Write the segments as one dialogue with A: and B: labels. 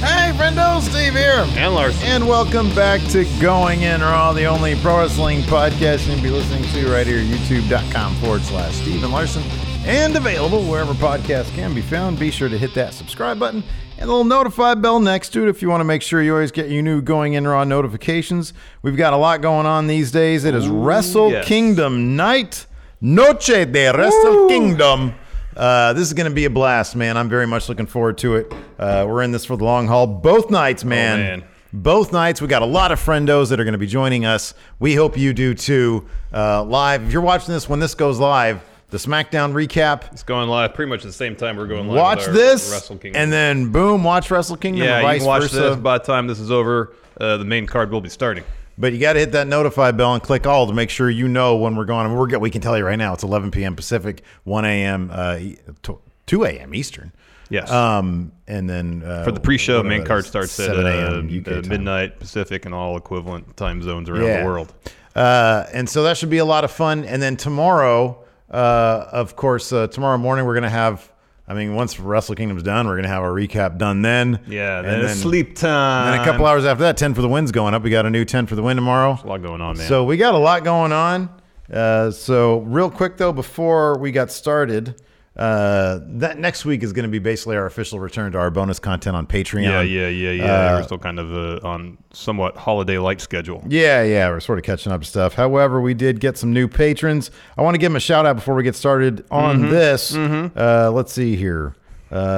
A: Hey, friendo, Steve here.
B: And Larson.
A: And welcome back to Going In Raw, the only pro wrestling podcast you'll be listening to right here, youtube.com forward slash Steven Larson. And available wherever podcasts can be found. Be sure to hit that subscribe button and the little notify bell next to it if you want to make sure you always get your new Going In Raw notifications. We've got a lot going on these days. It is Wrestle
B: yes.
A: Kingdom night, Noche de Wrestle Kingdom. Uh, this is going to be a blast, man. I'm very much looking forward to it. Uh, we're in this for the long haul. Both nights, man.
B: Oh, man.
A: Both nights. We got a lot of friendos that are going to be joining us. We hope you do too. Uh, live. If you're watching this when this goes live, the SmackDown recap.
C: It's going live pretty much at the same time we're going live. with
A: Watch
C: our
A: this,
C: Wrestle Kingdom.
A: and then boom, watch Wrestle Kingdom.
C: yeah,
A: or
C: you
A: vice
C: can watch
A: versa.
C: this by the time this is over. Uh, the main card will be starting.
A: But you got to hit that notify bell and click all to make sure you know when we're going. And we're go- we can tell you right now it's 11 p.m. Pacific, 1 a.m. Uh, e- to- 2 a.m. Eastern.
C: Yes.
A: Um, and then uh,
C: For the pre-show,
A: whatever
C: main
A: that
C: card
A: is,
C: starts at
A: 7
C: uh,
A: a.m. UK
C: uh,
A: time.
C: midnight Pacific and all equivalent time zones around
A: Yeah.
C: the world.
A: Uh, and so that should be a lot of fun. And then tomorrow, uh, of course, uh, tomorrow morning we're gonna have. I mean, once Wrestle Kingdom's done, we're gonna have our recap done then.
C: Yeah,
A: and
C: then, it's sleep time.
A: And then a couple hours after that, 10 for the win's going up. We got a new 10 for the win tomorrow.
C: A lot going on, man.
A: So we got a lot going on. Uh, so real quick though, before we got started, uh, that next week is going to be basically our official return to our bonus content on Patreon.
C: yeah, yeah, yeah, yeah.
A: Uh,
C: we're still kind of uh, on somewhat holiday-like schedule.
A: yeah, yeah. We're sort of catching up stuff. However, we did get some new patrons. I want to give them a shout out before we get started on
C: Mm-hmm,
A: this. Uh, let's see here.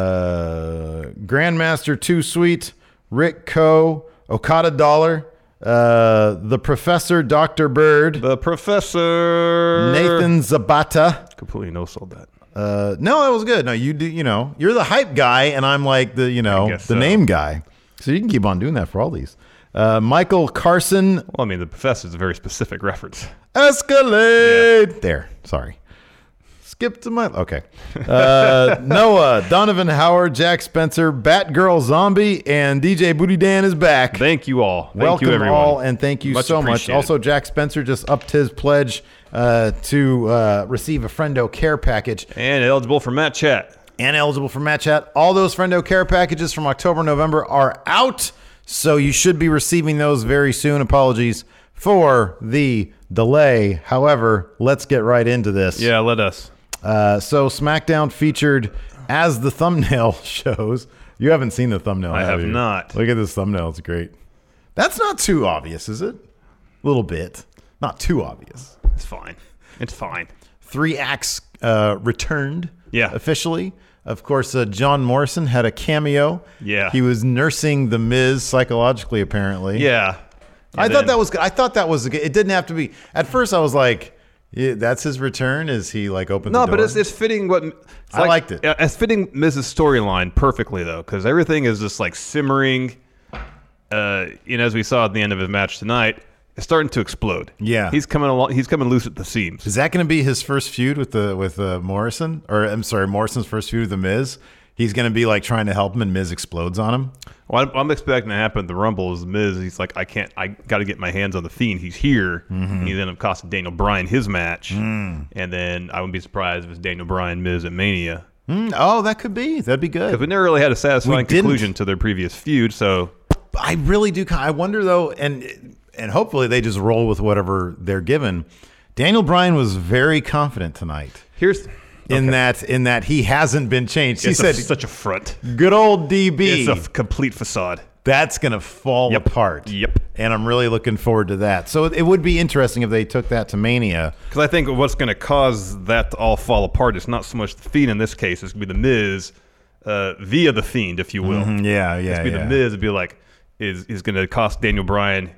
A: Uh, Grandmaster Two Sweet, Rick Co, Okada Dollar, uh, the Professor Doctor Bird,
C: The professor
A: Nathan Zabata.
C: completely no sold that.
A: Uh, no, that was good. No, you do. You know, you're the hype guy, and I'm like the you know the
C: guess so.
A: name guy. So you can keep on doing that for all these. Uh, Michael Carson
C: Well, I mean, the professor's a very specific reference.
A: Escalade. There. Sorry. Skip to my. Okay. Uh, Noah, Donovan Howard, Jack Spencer, Batgirl Zombie, and DJ Booty Dan is back.
C: Thank you all. Thank
A: Welcome
C: you, everyone.
A: all, and thank you
C: Much
A: so much.
C: appreciated.
A: Also, Jack Spencer just upped his pledge uh, to uh, receive a Friendo care package.
C: and eligible for Matt Chat.
A: and eligible for Match Hat. All those Friendo care packages from October, November are out, so you should be receiving those very soon. Apologies for the delay. However, let's get right into this.
C: Yeah, let us.
A: Uh, so SmackDown featured, as the thumbnail shows. You haven't seen the thumbnail.
C: I have
A: you?
C: not.
A: Look at this thumbnail. It's great. That's not too obvious, is it? A little bit. Not too obvious.
C: It's fine. It's fine.
A: Three acts uh, returned.
C: Yeah.
A: Officially. Of course, uh, John Morrison had a cameo.
C: Yeah.
A: He was nursing the Miz psychologically, apparently.
C: Yeah.
A: I
C: And
A: thought
C: then-
A: that was. good. I thought that was. good. It didn't have to be. At first, I was like, yeah, "That's his return." Is he like open?
C: No,
A: the door?
C: but it's, it's fitting what it's
A: I liked it.
C: yeah, It's fitting Miz's storyline perfectly though, because everything is just like simmering. Uh, you know, as we saw at the end of his match tonight, it's starting to explode.
A: Yeah.
C: he's coming along. He's coming loose at the seams.
A: Is that going to be his first feud with the with uh, Morrison? Or I'm sorry, Morrison's first feud with the Miz. He's going to be like trying to help him, and Miz explodes on him.
C: Well, I'm, I'm expecting to happen at the Rumble is Miz. He's like, I can't. I got to get my hands on the Fiend. He's here. He then of course Daniel Bryan his match, and then I wouldn't be surprised if it's Daniel Bryan Miz at Mania.
A: Hmm, oh, that could be. That'd be
C: Because we
A: good.
C: never really had a satisfying
A: didn't.
C: conclusion to their previous feud, so
A: I really do. ki- I wonder though, and and hopefully they just roll with whatever they're given. Daniel Bryan was very confident tonight
C: here's.
A: in that in that he hasn't been changed. He
C: it's a-
A: said,
C: such a front.
A: "Good old DB."
C: It's a f- complete facade.
A: That's going to fall
C: Yep.
A: apart.
C: Yep.
A: And I'm really looking forward to that. So it would be interesting if they took that to Mania.
C: Because I think what's going to cause that to all fall apart is not so much the Fiend in this case. It's going to be the Miz uh, via the Fiend, if you will.
A: Yeah, yeah,
C: It's going to be the Miz. It'd be like is is going to cost Daniel Bryan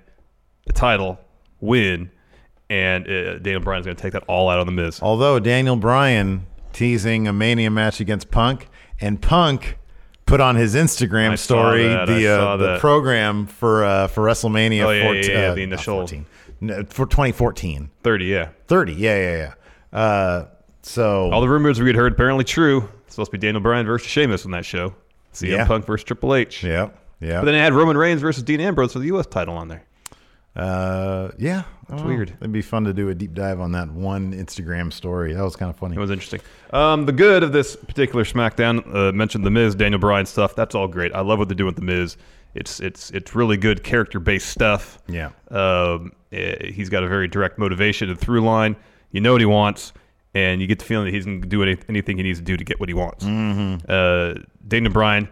C: a title win, and uh, Daniel Bryan's going to take that all out on the Miz.
A: Although Daniel Bryan teasing a Mania match against Punk, and Punk put on his Instagram
C: I saw
A: story
C: that, I
A: the uh,
C: saw
A: the
C: that.
A: program for uh, for WrestleMania
C: Oh, yeah, yeah,
A: 14,
C: yeah,
A: uh,
C: the
A: not
C: initial-
A: 14, no, for 2014,
C: Thirty, yeah.
A: 30, yeah, yeah, yeah. Uh, so
C: All the rumors we had heard apparently true. It's supposed to be Daniel Bryan versus Sheamus on that show. CM
A: Yeah.
C: Punk versus Triple H.
A: yeah, yeah,
C: But then it had Roman Reigns versus Dean Ambrose for the U.S. title on there.
A: uh, yeah, that's
C: weird.
A: It'd be fun to do a deep dive on that one Instagram story. That was kind of funny.
C: It was interesting. Um, the good of this particular SmackDown uh, mentioned the Miz, Daniel Bryan stuff. That's all great. I love what they're doing with the Miz. It's it's it's really good character based stuff.
A: Yeah.
C: Um, eh, he's got a very direct motivation and through line. You know what he wants, and you get the feeling that he's going to do any, anything he needs to do to get what he wants. Mm-hmm. Uh, Daniel Bryan,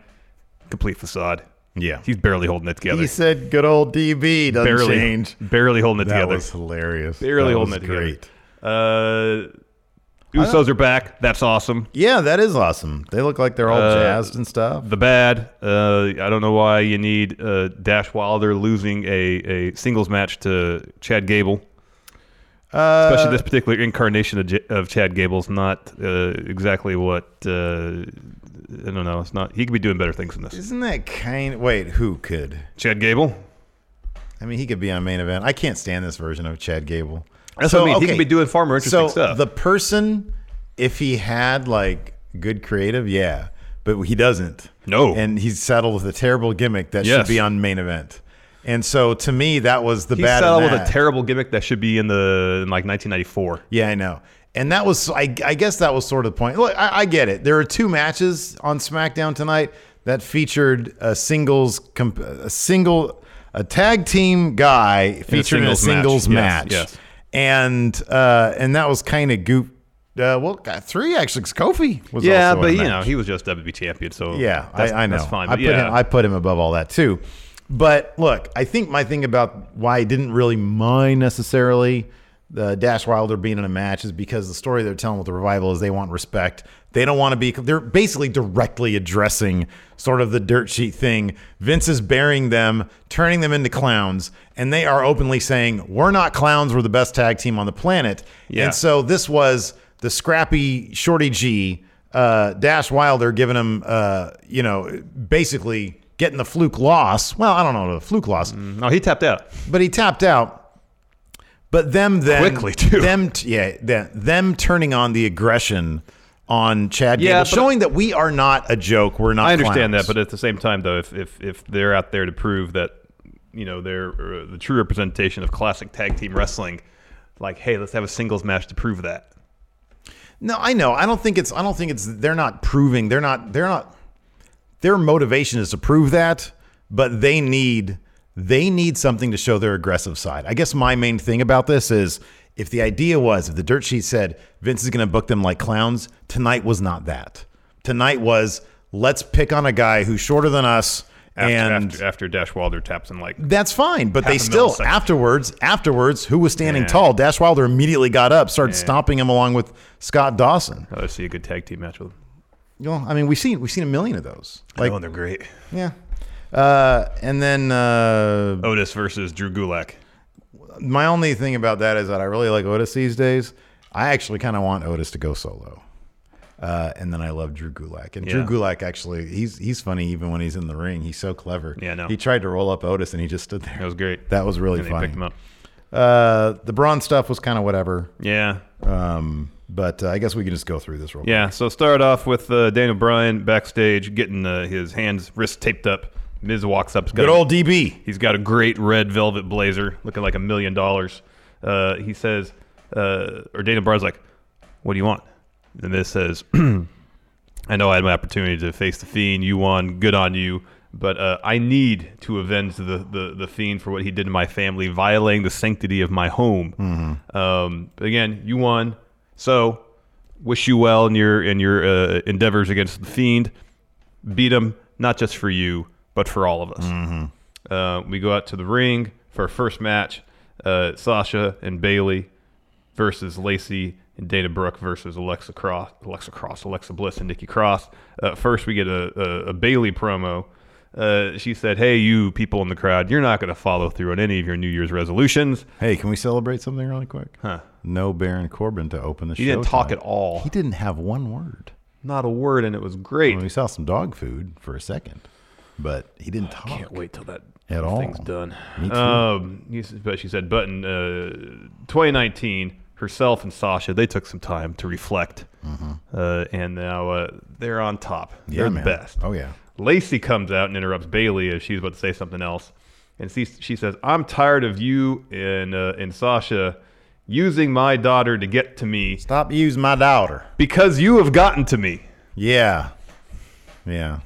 C: complete facade.
A: Yeah.
C: He's barely holding it together.
A: he said, "Good old DB doesn't
C: barely
A: change."
C: barely holding it
A: That
C: together.
A: was hilarious.
C: barely
A: That
C: holding
A: was
C: it together.
A: Great.
C: Uh, Usos are back. That's awesome.
A: Yeah, that is awesome. They look like they're all
C: Uh,
A: jazzed and stuff.
C: the bad. Uh, I don't know why you need uh, Dash Wilder losing a, a singles match to Chad Gable. Especially this particular incarnation of, J- of Chad Gable's not uh, exactly what uh, I don't know. It's not. He could be doing better things than this.
A: Isn't that kind? Wait, who could?
C: Chad Gable.
A: I mean, he could be on main event. I can't stand this version of Chad Gable.
C: That's what I mean. He could be doing far more interesting
A: so
C: stuff.
A: The person, if he had like good creative, yeah, but he doesn't.
C: No.
A: and he's saddled with a terrible gimmick that should
C: Yes.
A: be on main event. And so, to me, that was the
C: He
A: bad. in
C: settled with
A: that.
C: a terrible gimmick that should be in the in like 1994.
A: Yeah, I know. And that was, I, I guess that was sort of the point. Look, I, I get it. There are two matches on SmackDown tonight that featured a singles, comp- a single, a tag team guy featured in a
C: singles match.
A: singles match.
C: Yes, yes.
A: And, uh, and that was kind of goop. Uh, well, got three actually. 'cause Kofi was
C: Yeah,
A: also
C: but
A: in a
C: you
A: match.
C: know he was just WB champion, so
A: E Yeah,
C: that's,
A: I, I know.
C: That's fine.
A: I
C: but
A: put
C: yeah.
A: him, I put him above all that too. But look, I think my thing about why I didn't really mind necessarily the Dash Wilder being in a match is because the story they're telling with the revival is they want respect. They don't want to be. They're basically directly addressing sort of the dirt sheet thing. Vince is burying them, turning them into clowns, and they are openly saying, "We're not clowns. We're the best tag team on the planet."
C: Yeah.
A: And so so this was the scrappy Shorty G, uh, Dash Wilder giving him, uh, you know, basically getting the fluke loss. Well, I don't know the fluke loss,
C: no, he tapped out.
A: but he tapped out. But them then
C: Quickly, too.
A: Them t- yeah, them, them turning on the aggression on Chad
C: Yeah,
A: Gable,
C: but-
A: showing that we are not a joke. We're not.
C: I understand
A: clowns.
C: that, but at the same time, though, if if, if they're out there to prove that you know they're uh, the true representation of classic tag team wrestling, like hey, let's have a singles match to prove that.
A: No, I know. I don't think it's. I don't think it's. They're not proving. They're not. They're not. Their motivation is to prove that, but they need. They need something to show their aggressive side. I guess my main thing about this is if the idea was if the dirt sheet said Vince is going to book them like clowns, tonight was not that. Tonight was let's pick on a guy who's shorter than us
C: After,
A: and
C: after, after Dash Wilder taps and like
A: that's fine, but they
C: a
A: still
C: millisecond.
A: afterwards, afterwards, who was standing
C: Yeah.
A: tall? Dash Wilder immediately got up, started stomping him along with Scott Dawson.
C: oh, let's see a good tag team match with. Them.
A: Well, I mean, we've seen we've seen a million of those. Like,
C: oh, and they're great.
A: yeah. Uh, and then uh,
C: Otis versus Drew Gulak.
A: my only thing about that is that I really like Otis these days. I actually kind of want Otis to go solo. Uh, and then I love Drew Gulak, and Drew
C: Yeah.
A: Gulak actually he's he's funny even when he's in the ring. He's so clever.
C: Yeah, I know.
A: He tried to roll up Otis, and he just stood there.
C: That was great.
A: That was really
C: and they
A: funny.
C: picked him up.
A: Uh, the bronze stuff was kind of whatever,
C: Yeah,
A: um, but uh, I guess we can just go through this real quick.
C: yeah. So start off with uh, Daniel Bryan backstage getting uh, his hands wrists taped up. Miz walks up.
A: Good old DB.
C: He's got a great red velvet blazer, looking like a million dollars. Uh, He says, uh, or Dana Barr's like, "What do you want?" And this says, "I know I had my opportunity to face the fiend. You won. Good on you. But uh, I need to avenge the, the the fiend for what he did to my family, violating the sanctity of my home. Um, but again, you won. So." Wish you well in your in your uh, endeavors against the fiend beat him not just for you, but but for all of us. Uh, we go out to the ring for our first match: uh, Sasha and Bailey versus Lacey and Dana Brooke versus Alexa Cross, Alexa Cross, Alexa Bliss, and Nikki Cross. Uh, first, we get a, a, a Bailey promo. Uh, she said, "Hey, you people in the crowd, you're not going to follow through on any of your New Year's resolutions."
A: Hey, can we celebrate something really quick?
C: Huh.
A: No Baron Corbin to open the
C: He
A: show.
C: didn't talk
A: tonight.
C: at all.
A: He didn't have one word.
C: Not a word, and it was great.
A: I mean, we saw some dog food for a second, but he didn't talk.
C: Can't wait till that
A: At all.
C: thing's done.
A: Me too.
C: Um, you s- but she said, but in uh, 2019, herself and Sasha, they took some time to reflect, uh, and now uh, they're on top.
A: Mm-hmm. Yeah,
C: they're
A: man.
C: the best.
A: Oh, yeah.
C: Lacey comes out and interrupts Bailey as she's about to say something else, and she, she says, "I'm tired of you and uh, and Sasha." Using my daughter to get to me
A: Stop using my daughter.
C: because you have gotten to me.
A: Yeah. Yeah.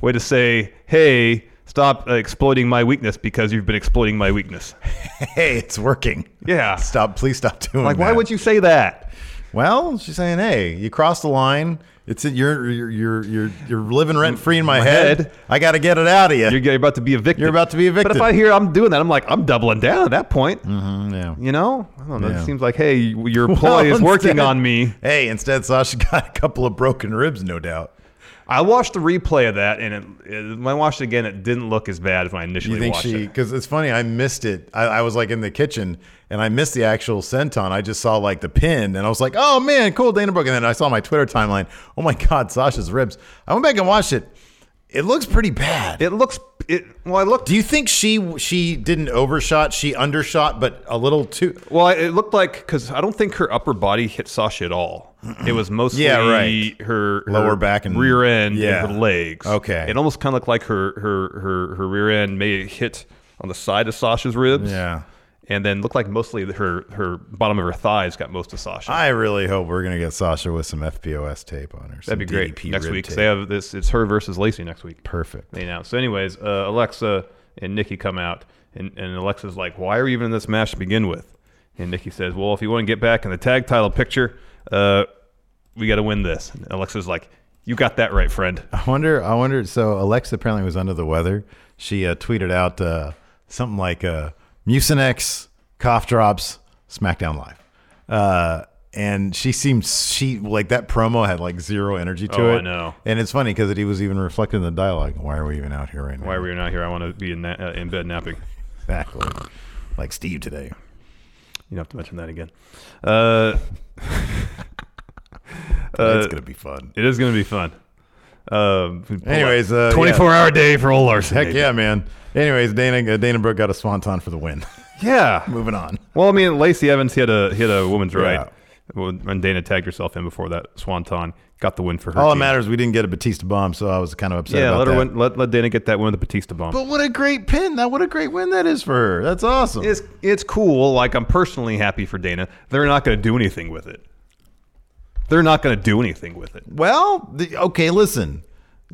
C: Way to say, hey, stop uh, exploiting my weakness because you've been exploiting my weakness.
A: Hey, it's working.
C: Yeah.
A: Stop. Please stop doing
C: Like, why
A: that.
C: would you say that?
A: Well, she's saying, "Hey, you crossed the line. It's in, you're you're you're you're you're living rent free in my, head.
C: head.
A: I got to get it out of you."
C: You're, you're about to be evicted.
A: You're about to be
C: But
A: evicted. Mm-hmm,
C: if I hear I'm doing that, I'm like, I'm doubling down at that point.
A: yeah.
C: You know? I don't know.
A: Yeah.
C: It seems like, hey, you- your employee is
A: Well,
C: working
A: instead-
C: on me.
A: Hey, instead, Sasha got a couple of broken ribs, no doubt.
C: I watched the replay of that, and it, it, when I watched it again, it didn't look as bad as when I initially
A: You think
C: watched
A: she?
C: it.
A: Because it's funny, I missed it. I, I was like in the kitchen, and I missed the actual senton. I just saw like the pin, and I was like, "Oh man, cool, Dana Brooke." And then I saw my Twitter timeline. Oh my God, Sasha's ribs. I went back and watched it. It looks pretty bad.
C: It looks, it, well, I looked,
A: Do you think she she didn't overshot? She undershot, but a little too.
C: well, it looked like, because I don't think her upper body hit Sasha at all. It was mostly
A: Yeah, right.
C: her, her
A: Lower back and-
C: rear end
A: Yeah.
C: and her legs.
A: Okay.
C: It almost kind of looked like her, her, her, her rear end may have hit on the side of Sasha's ribs. and then looked like mostly her her bottom of her thighs got most of Sasha.
A: I really hope we're gonna get Sasha with some FPOS tape on her. some
C: That'd be great
A: DDP
C: next
A: rib
C: week. 'cause
A: tape.
C: They have this. It's her versus Lacey next week.
A: Perfect.
C: They announced. So, anyways, uh, Alexa and Nikki come out, and, and Alexa's like, "Why are you even in this match to begin with?" And Nikki says, "Well, if you want to get back in the tag title picture, uh, we got to win this." And Alexa's like, "You got that right, friend."
A: I wonder. I wonder. So Alexa apparently was under the weather. She uh, tweeted out uh, something like uh, "Mucinex cough drops SmackDown Live," uh, and she seemed she like that promo had like zero energy to
C: Oh,
A: it.
C: I know.
A: And it's funny because it was even reflected in the dialogue. Why are we even out here right now?
C: Why are we not here? I want to be in, na- uh, in bed napping.
A: exactly like Steve today?
C: You don't have to mention that again. Uh,
A: That's gonna be fun.
C: It is going to be fun. Um, we pull
A: Anyways,
C: up-
A: uh,
C: 24 hour day for old Larson.
A: Heck yeah, man. Anyways, Dana uh, Dana Brooke got a swanton for the win.
C: yeah.
A: Moving on.
C: Well, I mean, Lacey Evans hit a hit a woman's
A: Yeah.
C: right when Dana tagged herself in before that Swanton got the win for her.
A: All that
C: team.
A: matters we didn't get a Batista bomb, so I was kind of upset.
C: Yeah,
A: about
C: let her
A: that.
C: win, let let Dana get that win with the Batista bomb.
A: But what a great pin! That what a great win that is for her. That's awesome.
C: it's it's cool. Like I'm personally happy for Dana. They're not going to do anything with it. They're not going to do anything with it.
A: well, the, okay, listen.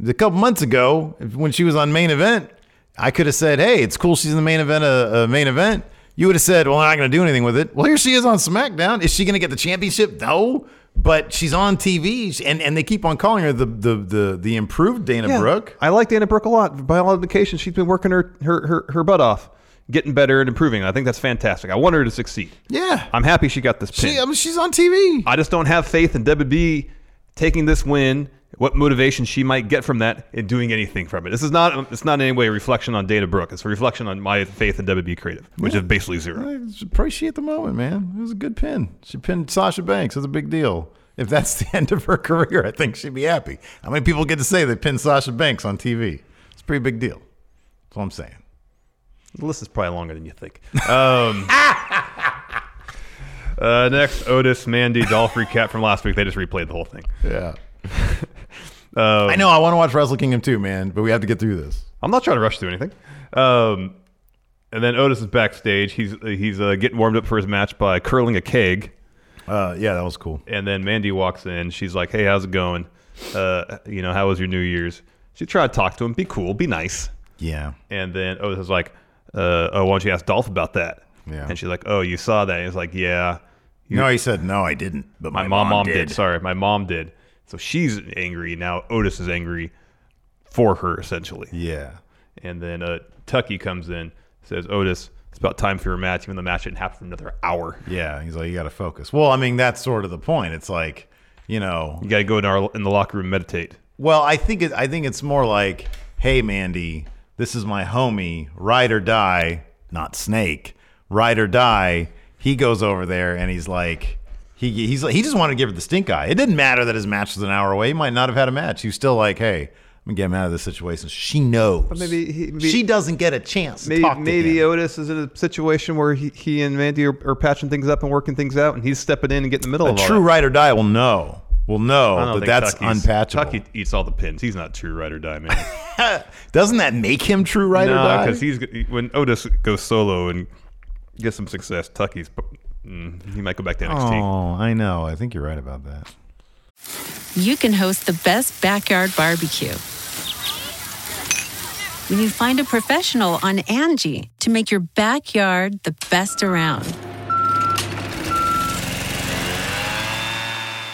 A: A couple months ago, if- when she was on main event, I could have said, "Hey, it's cool she's in the main event. A uh, main event." You would have said, "Well, I'm not going to do anything with it." Well, here she is on SmackDown. Is she going to get the championship? No, but she's on TV, and and they keep on calling her the the the, the improved Dana Brooke.
C: I like Dana Brooke a lot. By all indications, she's been working her, her, her, her butt off, getting better and improving. I think that's fantastic. I want her to succeed.
A: Yeah.
C: I'm happy she got this pin.
A: She, I mean, she's on TV.
C: I just don't have faith in WB taking this win, what motivation she might get from that, and doing anything from it. This is not it's not in any way a reflection on Dana Brooke. It's a reflection on my faith in WB Creative, which is basically zero.
A: I just appreciate the moment, man. It was a good pin. She pinned Sasha Banks. That's a big deal. If that's the end of her career, I think she'd be happy. How many people get to say they pinned Sasha Banks on TV? It's a pretty big deal. That's what I'm saying.
C: The list is probably longer than you think. Um, uh, next, Otis, Mandy, Dolph recap from last week. They just replayed the whole thing.
A: Yeah. I know. I want to watch Wrestle Kingdom too, man, but we have to get through this.
C: I'm not trying to rush through anything. Um, and then Otis is backstage. He's he's uh, getting warmed up for his match by curling a keg.
A: Uh, yeah, that was cool.
C: And then Mandy walks in. She's like, "Hey, how's it going? Uh, you know, how was your New Year's?" She tried to talk to him, be cool, be nice.
A: Yeah.
C: And then Otis is like, uh, "Oh, why don't you ask Dolph about that?"
A: Yeah.
C: And she's like, "Oh, you saw that?" And he's like, "Yeah,
A: no, he said no, I didn't. But
C: my, mom, mom did. Sorry, my mom did." So she's angry now. Otis is angry for her essentially.
A: Yeah.
C: And then uh, Tucky comes in, says, Otis, it's about time for your match, even though the match didn't happen for another hour.
A: Yeah, he's like, you got to focus. Well, I mean, that's sort of the point. It's like, you know,
C: You got to go in, our, in the locker room and meditate.
A: well, I think it, I think it's more like, hey, Mandy, this is my homie, ride or die, not snake, ride or die. He goes over there and he's like, he he's like, he just wanted to give her the stink eye. It didn't matter that his match was an hour away. He might not have had a match. He was still like, hey. I'm gonna get him out of this situation. She knows.
D: maybe he- maybe-
A: she doesn't get a chance. To
D: Maybe,
A: talk to
D: maybe
A: him.
D: Otis is in a situation where he, he and Mandy are, are patching things up and working things out, and he's stepping in and getting in the middle
A: a
D: of all
A: true
D: that.
A: ride or die will know. Will
C: I don't
A: know that
C: think
A: that's
C: Tucky's-
A: unpatchable.
C: Tucky eats all the pins. He's not true ride or die, man.
A: Doesn't that make him true ride or
C: no,
A: die?
C: because he's when Otis goes solo and gets some success, Tucky's mm, he might go back to NXT.
A: oh, I know. I think you're right about that.
E: you can host the best backyard barbecue. When you find a professional on Angie to make your backyard the best around.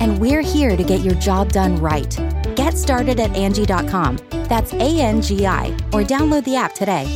F: and we're here to get your job done right. Get started at Angie.com. That's A N G I, or download the app today.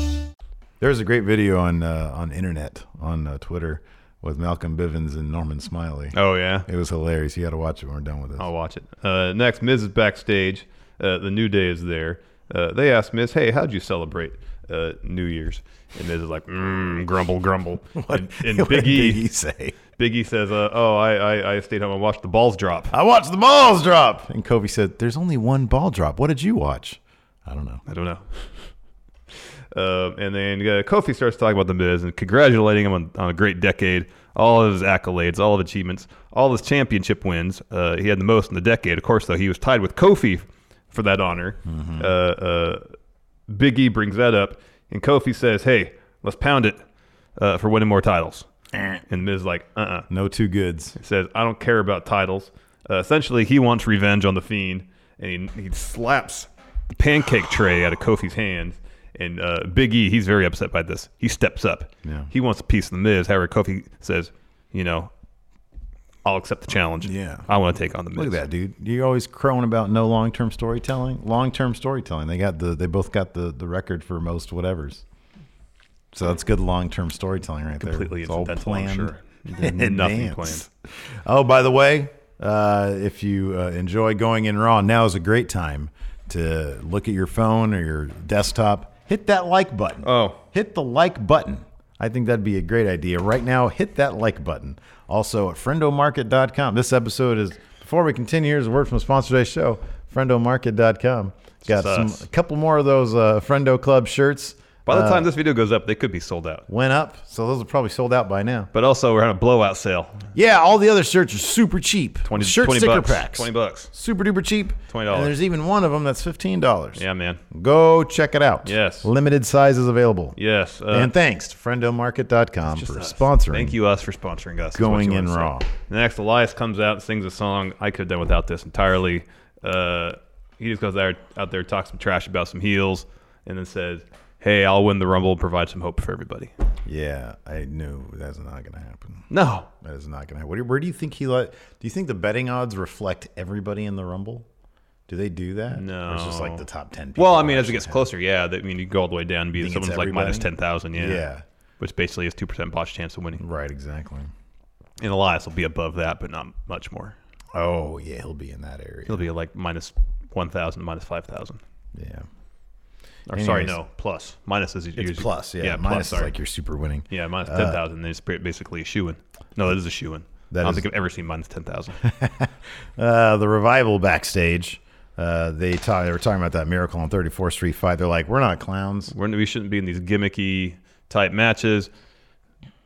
A: There's a great video on uh, on internet on uh, Twitter with Malcolm Bivens and Norman Smiley.
C: Oh yeah,
A: It was hilarious. You got to watch it when we're done with this.
C: I'll watch it. Uh, next, Miz is backstage. Uh, the New Day is there. Uh, they ask Miz, "Hey, how'd you celebrate uh, New Year's?" And Miz is like, mm, "Grumble, grumble." and and
A: what did
C: Big E,
A: Biggie say?
C: Big E says, uh, "Oh, I, I, I stayed home and watched the balls drop."
A: I watched the balls drop, and Kobe said, "There's only one ball drop. What did you watch? I don't know."
C: I don't know. Uh, and then uh, Kofi starts talking about the Miz and congratulating him on, on a great decade, all of his accolades, all of his achievements, all his championship wins. Uh, he had the most in the decade. Of course, though, he was tied with Kofi for that honor. Uh, uh, Big E brings that up, and Kofi says, "Hey, let's pound it uh, for winning more titles." And Miz is like, "Uh-uh."
A: No two goods.
C: says, I don't care about titles. Uh, essentially, he wants revenge on the Fiend, and he, he slaps the pancake tray out of Kofi's hands. And uh, Big E, he's very upset by this. He steps up.
A: Yeah.
C: He wants a piece of the Miz. However, Kofi says, you know, I'll accept the challenge.
A: Yeah.
C: I want to take on the Miz.
A: Look at that, dude. You're always crowing about no long-term storytelling. Long-term storytelling. They got the. They both got the the record for most whatever's. So that's good long-term storytelling right
C: Completely
A: there. It's all
C: incidental,
A: planned.
C: I'm sure.
A: in
C: Nothing
A: advance. Oh, by the way, uh, if you uh, enjoy going in raw, now is a great time to look at your phone or your desktop. Hit that like button.
C: Oh.
A: hit the like button. I think that'd be a great idea. Right now, hit that like button. Also at friendomarket.com. This episode is before we continue. Here's a word from the sponsor of today's show, friendomarket.com. Got
C: just
A: some,
C: us.
A: a couple more of those uh, Friendo Club shirts uh,
C: By the time this video goes up, they could be sold out.
A: went up, so those are probably sold out by now.
C: But also, we're on a blowout sale.
A: Yeah, all the other shirts are super cheap.
C: 20,
A: Shirt
C: 20
A: sticker
C: bucks.
A: packs.
C: 20 bucks.
A: Super duper cheap.
C: $20.
A: And there's even one of them that's $15.
C: Yeah, man.
A: Go check it out.
C: Yes.
A: Limited sizes available.
C: Yes. Uh,
A: and thanks to friendomarket.com for
C: us.
A: sponsoring.
C: Thank you, us, for sponsoring us. is what
A: Going
C: you
A: in
C: wanna say.
A: raw.
C: Next, Elias comes out and sings a song. I could have done without this entirely. Uh, he just goes there, out there, talks some trash about some heels, and then says, Hey, I'll win the Rumble, provide some hope for everybody.
A: Yeah, I knew that's not going to happen.
C: No.
A: That is not going to happen. Where do, where do you think he let? Do you think the betting odds reflect everybody in the Rumble? Do they do that?
C: No.
A: Or it's just like the top 10 people.
C: Well, I mean, as it
A: actually
C: gets
A: have-
C: closer, yeah. That, I mean, you go all the way down and be
A: Think it's
C: someone's like minus
A: everybody?
C: 10,000. Yeah.
A: Yeah.
C: Which basically is 2% botch chance of winning.
A: Right, exactly.
C: And Elias will be above that, but not much more.
A: Oh yeah, he'll be in that area.
C: He'll be like minus one thousand, minus five thousand.
A: Yeah.
C: Or sorry,
A: Anyways.
C: no, plus. Minus is
A: It's
C: usually
A: plus, yeah. Minus is like you're super winning.
C: Yeah, minus
A: Uh,
C: ten thousand. Then it's ba- basically a shoe in. No, that is a shoe in.
A: That
C: I don't
A: is-
C: think I've ever seen minus ten thousand.
A: uh, the revival backstage. Uh, they ta- they were talking about that miracle on 34th Street fight. They're like, we're not clowns.
C: We're, we shouldn't be in these gimmicky type matches.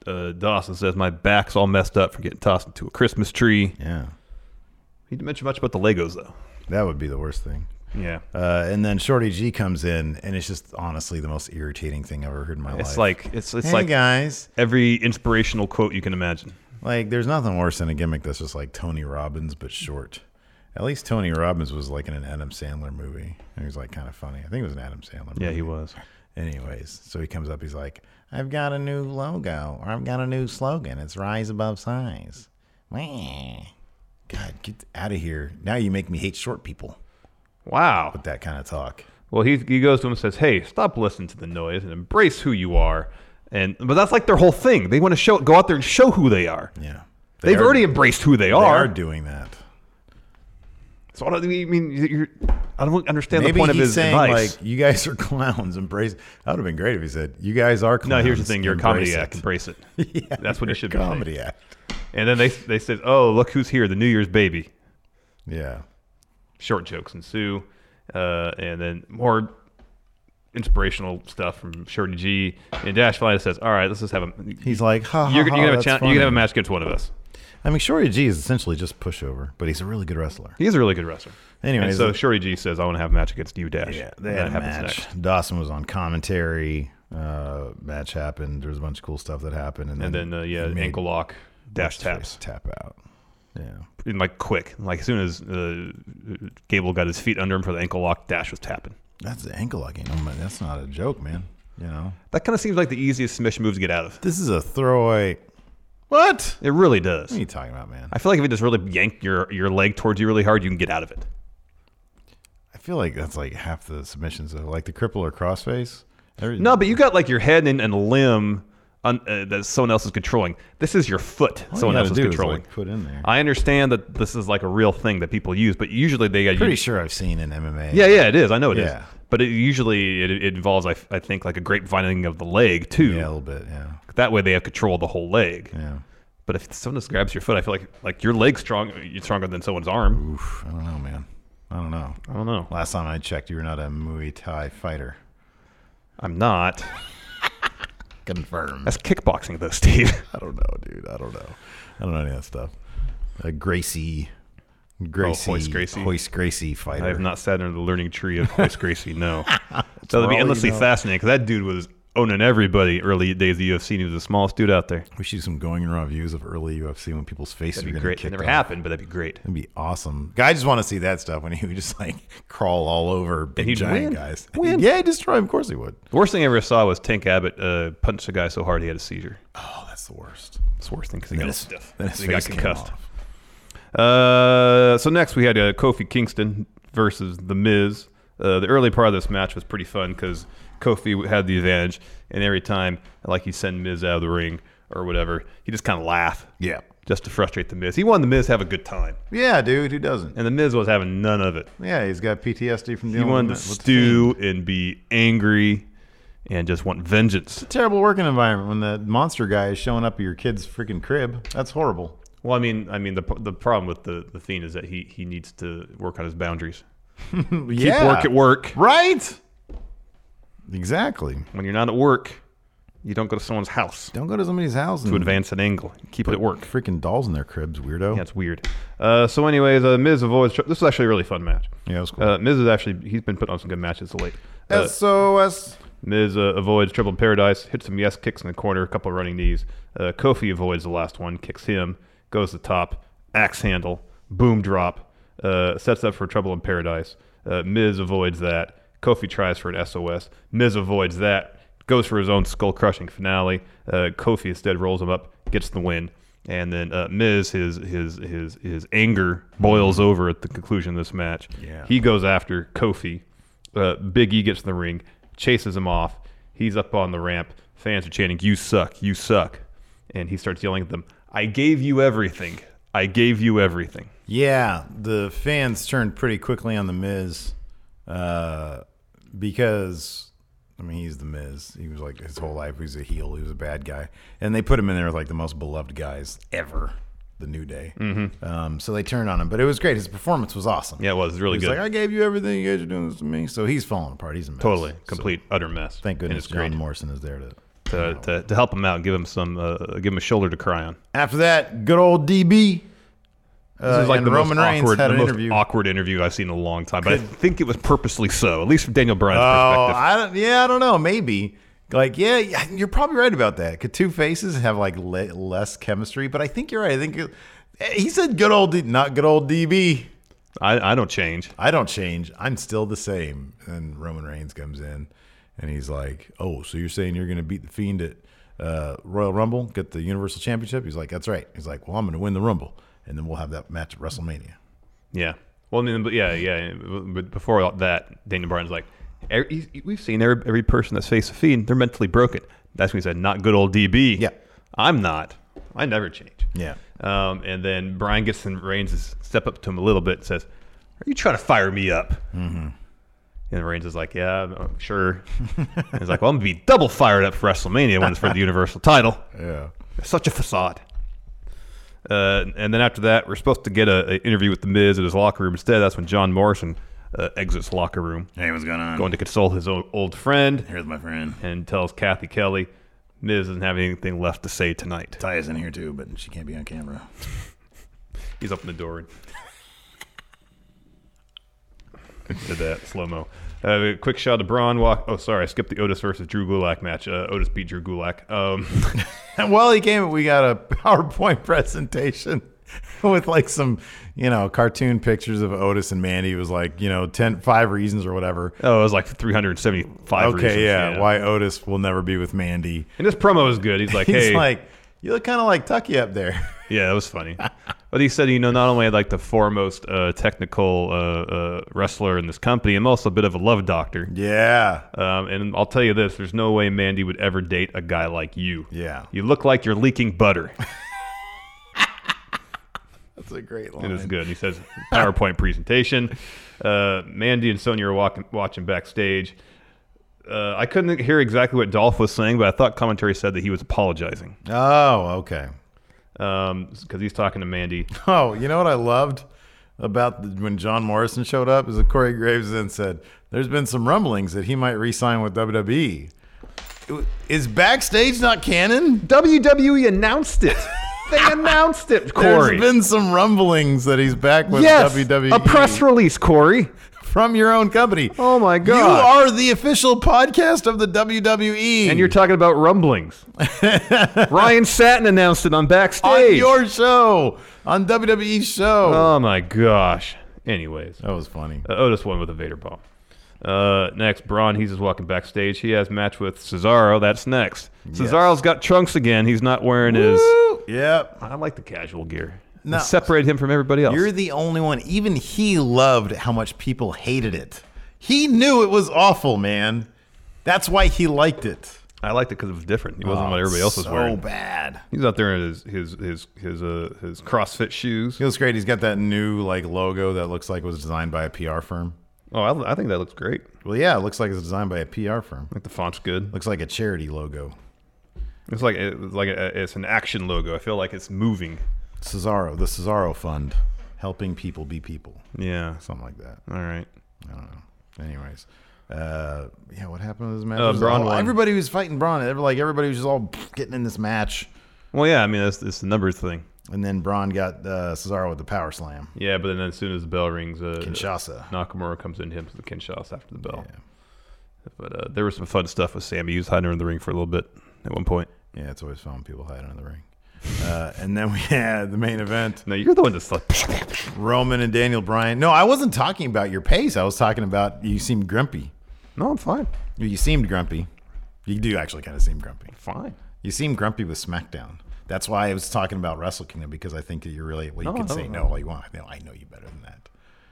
C: Uh, Dawson says my back's all messed up from getting tossed into a Christmas tree.
A: Yeah.
C: He didn't mention much about the Legos though.
A: That would be the worst thing.
C: Yeah.
A: Uh, and then Shorty G comes in, and it's just honestly the most irritating thing I've ever heard in my life.
C: It's like it's it's
A: Hey,
C: like
A: guys.
C: every inspirational quote you can imagine.
A: Like, there's nothing worse than a gimmick that's just like Tony Robbins, but short. At least Tony Robbins was like in an Adam Sandler movie. And he was like kind of funny. I think it was an Adam Sandler movie.
C: Yeah, he was.
A: Anyways, so he comes up, he's like, I've got a new logo, or I've got a new slogan. It's Rise Above Size. Meh. God, get out of here. Now you make me hate short people.
C: Wow.
A: With that kind of talk.
C: Well, he he goes to him and says, "Hey, stop listening to the noise and embrace who you are." And but that's like their whole thing. They want to show go out there and show who they are.
A: Yeah.
C: They have already embraced who they are.
A: They are doing that.
C: So I don't I mean you're, I don't understand
A: Maybe
C: the point of
A: he's
C: his
A: saying
C: advice.
A: like, you guys are clowns. Embrace. That would have been great if he said, you guys are
C: no,
A: clowns.
C: here's the thing: you're a comedy
A: Embrace
C: act.
A: it."
C: Embrace it. that's what
A: you're
C: you
A: a
C: should
A: comedy
C: be.
A: act.
C: And then they they said, "Oh, look who's here! The New Year's baby."
A: Yeah.
C: Short jokes ensue, uh, and then more inspirational stuff from Shorty G. And Dash Fly says, "All right, let's just have a."
A: He's like, ha, ha,
C: you're, gonna
A: ha,
C: have a
A: that's
C: cha- you're gonna have a
A: funny.
C: match against one of us.
A: I mean, Shorty G is essentially just pushover, but he's a really good wrestler.
C: He's a really good wrestler.
A: Anyways,
C: and so
A: the-
C: Shorty G says, "I want to have a match against you, Dash."
A: Yeah,
C: And
A: they had
C: that
A: a
C: happens
A: match.
C: next.
A: Dawson was on commentary. Uh, match happened. There was a bunch of cool stuff that happened, and,
C: And then uh, yeah,
A: he made
C: ankle lock, Dash
A: What's-his-face
C: taps,
A: tap out. Yeah,
C: and, like quick, like as soon as uh, Gable got his feet under him for the ankle lock, Dash was tapping.
A: that's the ankle lock. ain't no mo- That's not a joke, man. You know,
C: That kind of seems like the easiest submission move to get out of.
A: this is a throwaway. What?
C: It really
A: What are
C: does.
A: you talking about, man?
C: I feel like if you just really yank your your leg towards you really hard, you can get out of it.
A: I feel like that's like half the submissions, though. like the cripple or crossface. Every-
C: No, but you got like your head and, and a limb on, uh, that someone else is controlling. This is your foot.
A: All you
C: someone
A: gotta
C: else is
A: do is, like,
C: controlling.
A: put in there.
C: I understand that this is like a real thing that people use, but usually they got
A: pretty sure I've seen in MMA.
C: Yeah, yeah, it is. I know it is.
A: Yeah.
C: But it usually it, it involves, I, I think, like a grapevine of the leg too.
A: yeah, a little bit. Yeah,
C: That way they have control of the whole leg.
A: yeah.
C: But if someone just grabs your foot, I feel like like your leg's strong. You're stronger than someone's arm.
A: Oof, I don't know, man. I don't know.
C: I don't know.
A: Last time I checked, you were not a Muay Thai fighter.
C: I'm not.
A: Confirmed.
C: That's kickboxing though, Steve.
A: I don't know, dude. I don't know. I don't know any of that stuff. A Gracie, Gracie,
C: Hoist Gracie.
A: Hoist Gracie fighter.
C: I have not sat under the learning tree of Hoist Gracie. No, so
A: all
C: that'd
A: you
C: be endlessly
A: know.
C: fascinating because that dude was owning everybody early days of the UFC. And he was the smallest dude out there.
A: We should do some going around views of early UFC when people's faces are
C: That'd be
A: getting
C: great. It
A: kicked
C: never
A: off.
C: happened, but that'd be great.
A: That'd be awesome. Guy, I just want to see that stuff when he would just like crawl all over big
C: he'd
A: giant
C: win.
A: guys.
C: Win.
A: Yeah, he'd destroy him. Of course he would.
C: The worst thing I ever saw was Tank Abbott uh, punched a guy so hard he had a seizure.
A: Oh, that's the worst.
C: It's the worst thing because he
A: Then
C: got
A: his-
C: stiff.
A: then his
C: he got
A: face came
C: concussed.
A: off.
C: Uh, so next we had uh, Kofi Kingston versus The Miz. Uh, the early part of this match was pretty fun because Kofi had the advantage, and every time, like you send Miz out of the ring or whatever, he just kind of laugh.
A: Yeah.
C: Just to frustrate the Miz. He wanted the Miz to have a good time,
A: Yeah, dude. Who doesn't?
C: and the Miz was having none of it.
A: Yeah, he's got PTSD from
C: He
A: dealing
C: wanted to
A: with the- with the
C: stew and be angry, and just want vengeance.
A: terrible working environment when the monster guy is showing up at your kid's freaking crib. That's horrible.
C: Well, I mean, I mean, the the problem with the the Fiend is that he he needs to work on his boundaries. Keep work at work.
A: Right? Exactly.
C: When you're not at work, you don't go to someone's house
A: Don't go to somebody's house and
C: to advance an angle. Keep it at work.
A: freaking dolls in their cribs, weirdo.
C: Yeah, it's weird. Uh, so, anyways, uh, Miz avoids. This was actually a really fun match.
A: Yeah, it was cool.
C: Uh, Miz is actually he's been putting on some good matches of late. Uh,
A: SOS.
C: Miz uh, avoids Triple Paradise, hits some yes kicks in the corner, a couple of running knees. Uh, Kofi avoids the last one, kicks him, goes to the top, axe handle, boom drop, uh, sets up for Trouble in Paradise. Uh, Miz avoids that. Kofi tries for an SOS. Miz avoids that, goes for his own skull crushing finale. Uh, Kofi instead rolls him up, gets the win. And then uh, Miz, his his his his anger boils over at the conclusion of this match.
A: Yeah.
C: He goes after Kofi. Uh, Big E gets in the ring, chases him off. He's up on the ramp. Fans are chanting, "You suck! You suck!" And he starts yelling at them, I gave you everything. I gave you everything.
A: Yeah, the fans turned pretty quickly on the Miz uh, because I mean he's the Miz. He was like his whole life he was a heel. He was a bad guy, and they put him in there with like the most beloved guys ever, the New Day.
C: Mhm.
A: Um, so they turned on him, but it was great. His performance was awesome.
C: Yeah, it was really
A: He's
C: good.
A: like, I gave you everything. You guys are doing this to me. So he's falling apart. He's a mess.
C: Totally,
A: So
C: complete, utter mess.
A: Thank
C: And
A: goodness
C: it's great.
A: John Morrison is there to
C: to, to, to help him out, give him some, uh, give him a shoulder to cry on.
A: After that, good old DB. Uh,
C: this is like
A: and
C: the
A: Roman
C: most
A: Reigns
C: awkward,
A: had
C: the
A: an
C: most
A: interview.
C: awkward interview I've seen in a long time. But I
A: Could-
C: think it was purposely so, at least from Daniel Bryan's
A: Oh,
C: perspective.
A: I don't. Yeah, I don't know. Maybe. Like, yeah, yeah, you're probably right about that. Could two faces have like le- less chemistry? But I think you're right. I think it- eh, he said good old, D- not good old DB.
C: I, I don't change.
A: I don't change. I'm still the same. And Roman Reigns comes in, and he's like, "Oh, so you're saying you're going to beat the Fiend at uh, Royal Rumble, get the Universal Championship?" He's like, "That's right." He's like, "Well, I'm going to win the Rumble, and then we'll have that match at WrestleMania."
C: Yeah. Well, I mean, but yeah, yeah. But before all that, Daniel Bryan's like, "Er- he's- we've seen every, every person that's faced the fiend, they're mentally broken. That's when he said, not good old DB. Yeah. I'm not. I never change.
A: Yeah.
C: Um, and then Bryan gets in Reigns is step up to him a little bit and says, are you trying to fire me up?
A: Mm-hmm.
C: And Reigns is like, yeah, I'm- I'm sure. and he's like, well, I'm going to be double fired up for WrestleMania when it's for the Universal title.
A: Yeah.
C: Such a facade. Uh, and then after that, we're supposed to get an interview with The Miz at his locker room. Instead, that's when John Morrison uh, exits the locker room.
A: Hey, what's going on?
C: Going to console his old, old friend.
A: Here's my friend.
C: And tells Kathy Kelly, Miz doesn't have anything left to say tonight.
A: Taya's in here too, but she can't be on camera.
C: He's up in the door. and Did that slow mo. Uh, quick shot to Braun. Walk. Oh, sorry, I skipped the Otis versus Drew Gulak match. Uh, Otis beat Drew Gulak. Um,
A: well, he came. We got a PowerPoint presentation with like some, you know, cartoon pictures of Otis and Mandy. It was like, you know, 10, five reasons or whatever.
C: Oh, it was like 375
A: Okay,
C: reasons,
A: yeah,
C: yeah.
A: Why Otis will never be with Mandy.
C: And this promo is good. He's like,
A: He's
C: hey,
A: like, you look kind of like Tucky up there.
C: yeah, that was funny. But he said, you know, not only like the foremost uh, technical uh, uh, wrestler in this company, I'm also a bit of a love doctor.
A: Yeah.
C: Um, and I'll tell you this: there's no way Mandy would ever date a guy like you.
A: Yeah.
C: You look like you're leaking butter.
A: That's a great
C: It is good. He says PowerPoint presentation. Uh, Mandy and Sonia are walking, watching backstage. Uh, I couldn't hear exactly what Dolph was saying, but I thought commentary said that he was apologizing.
A: Oh, okay.
C: Because he's talking to Mandy.
A: Oh, you know what I loved about the, when John Morrison showed up is that Corey Graves then said, "There's been some rumblings that he might re-sign with WWE." Is backstage not canon?
C: WWE E announced it. They announced it, Corey.
A: There's been some rumblings that he's back with
C: Yes,
A: WWE.
C: a press release, Corey,
A: from your own company.
C: Oh my God!
A: You are the official podcast of the E WWE,
C: and you're talking about rumblings. Ryan Satin announced it on backstage.
A: on your show on WWE's show.
C: Oh my gosh. Anyways,
A: that was funny.
C: Uh, Otis won with a Vader bomb. Uh, next, Braun. He's just walking backstage. He has match with Cesaro. That's next. Cesaro's got trunks again. He's not wearing his.
A: yep.
C: I like the casual gear.
A: No.
C: Separate him from everybody else.
A: You're the only one. Even he loved how much people hated it. He knew it was awful, man. That's why he liked it.
C: I liked it because it was different. He wasn't
A: Oh,
C: what everybody else was
A: so
C: wearing.
A: bad.
C: He's out there in his his his his uh his CrossFit shoes.
A: He looks great. He's got that new like logo that looks like it was designed by a PR firm.
C: Oh, I, I think that looks great.
A: Well, yeah, it looks like it's designed by a PR firm.
C: Like the font's good.
A: Looks like a charity logo.
C: It's like it's like a, it's an action logo. I feel like it's moving.
A: Cesaro, the Cesaro Fund, helping people be people,
C: Yeah.
A: something like that.
C: All right.
A: I don't know. Anyways, uh, yeah, what happened to this match?
C: Uh,
A: It was
C: Braun
A: all-
C: won.
A: everybody was fighting Braun. Every- Like everybody was just all getting in this match,
C: Well, yeah. I mean, that's it's the numbers thing.
A: and then Braun got uh, Cesaro with the power slam.
C: Yeah, but then as soon as the bell rings, uh,
A: Kinshasa.
C: Nakamura comes in, hits the Kinshasa after the bell. But uh, there was some fun stuff with Sammy. He was hiding in the ring for a little bit at one point.
A: Yeah, it's always fun when people hide under the ring. Uh, and then we had the main event:
C: No, you're the one that's like,
A: Roman and Daniel Bryan. No, I wasn't talking about your pace. I was talking about you seemed grumpy.
C: no, I'm fine.
A: You seemed grumpy. You do actually kind of seem grumpy.
C: Fine.
A: You seem grumpy with SmackDown. That's why I was talking about Wrestle Kingdom because I think that you're really well. You
C: No,
A: can
C: no,
A: say
C: no.
A: no all you want. No, I know you better than that.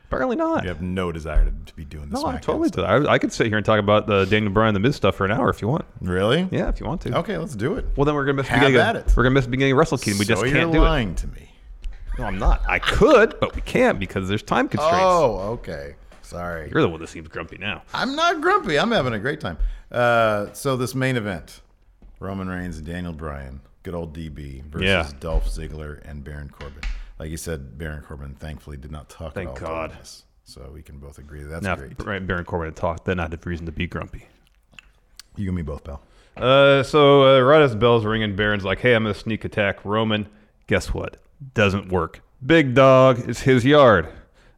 C: Apparently not.
A: You have no desire to, to be doing this.
C: No, I totally do. I, I could sit here and talk about the Daniel Bryan the Miz stuff for an hour if you want.
A: Really?
C: Yeah, if you want to.
A: Okay, let's do it.
C: Well, then we're gonna miss the
A: Have
C: beginning.
A: at
C: of, We're gonna miss the beginning of Wrestle Kingdom. We just
A: so
C: can't
A: you're
C: do
A: lying
C: it.
A: to me.
C: No, I'm not. I could, but we can't because there's time constraints.
A: Oh, okay. Sorry.
C: You're the one that seems grumpy now.
A: I'm not grumpy. I'm having a great time. Uh, so this main event, Roman Reigns and Daniel Bryan, good old DB versus
C: Yeah.
A: Dolph Ziggler and Baron Corbin. Like you said, Baron Corbin thankfully did not talk.
C: Thank
A: at all
C: God.
A: during this. So we can both agree that's
C: now,
A: great.
C: if Bar- Baron Corbin had talked, then I'd have reason to be grumpy.
A: You and me both, pal.
C: Uh, so uh, right as the bell's ringing, Baron's like, "Hey, I'm gonna sneak attack Roman." Guess what? Doesn't work. Big dog. It's his yard.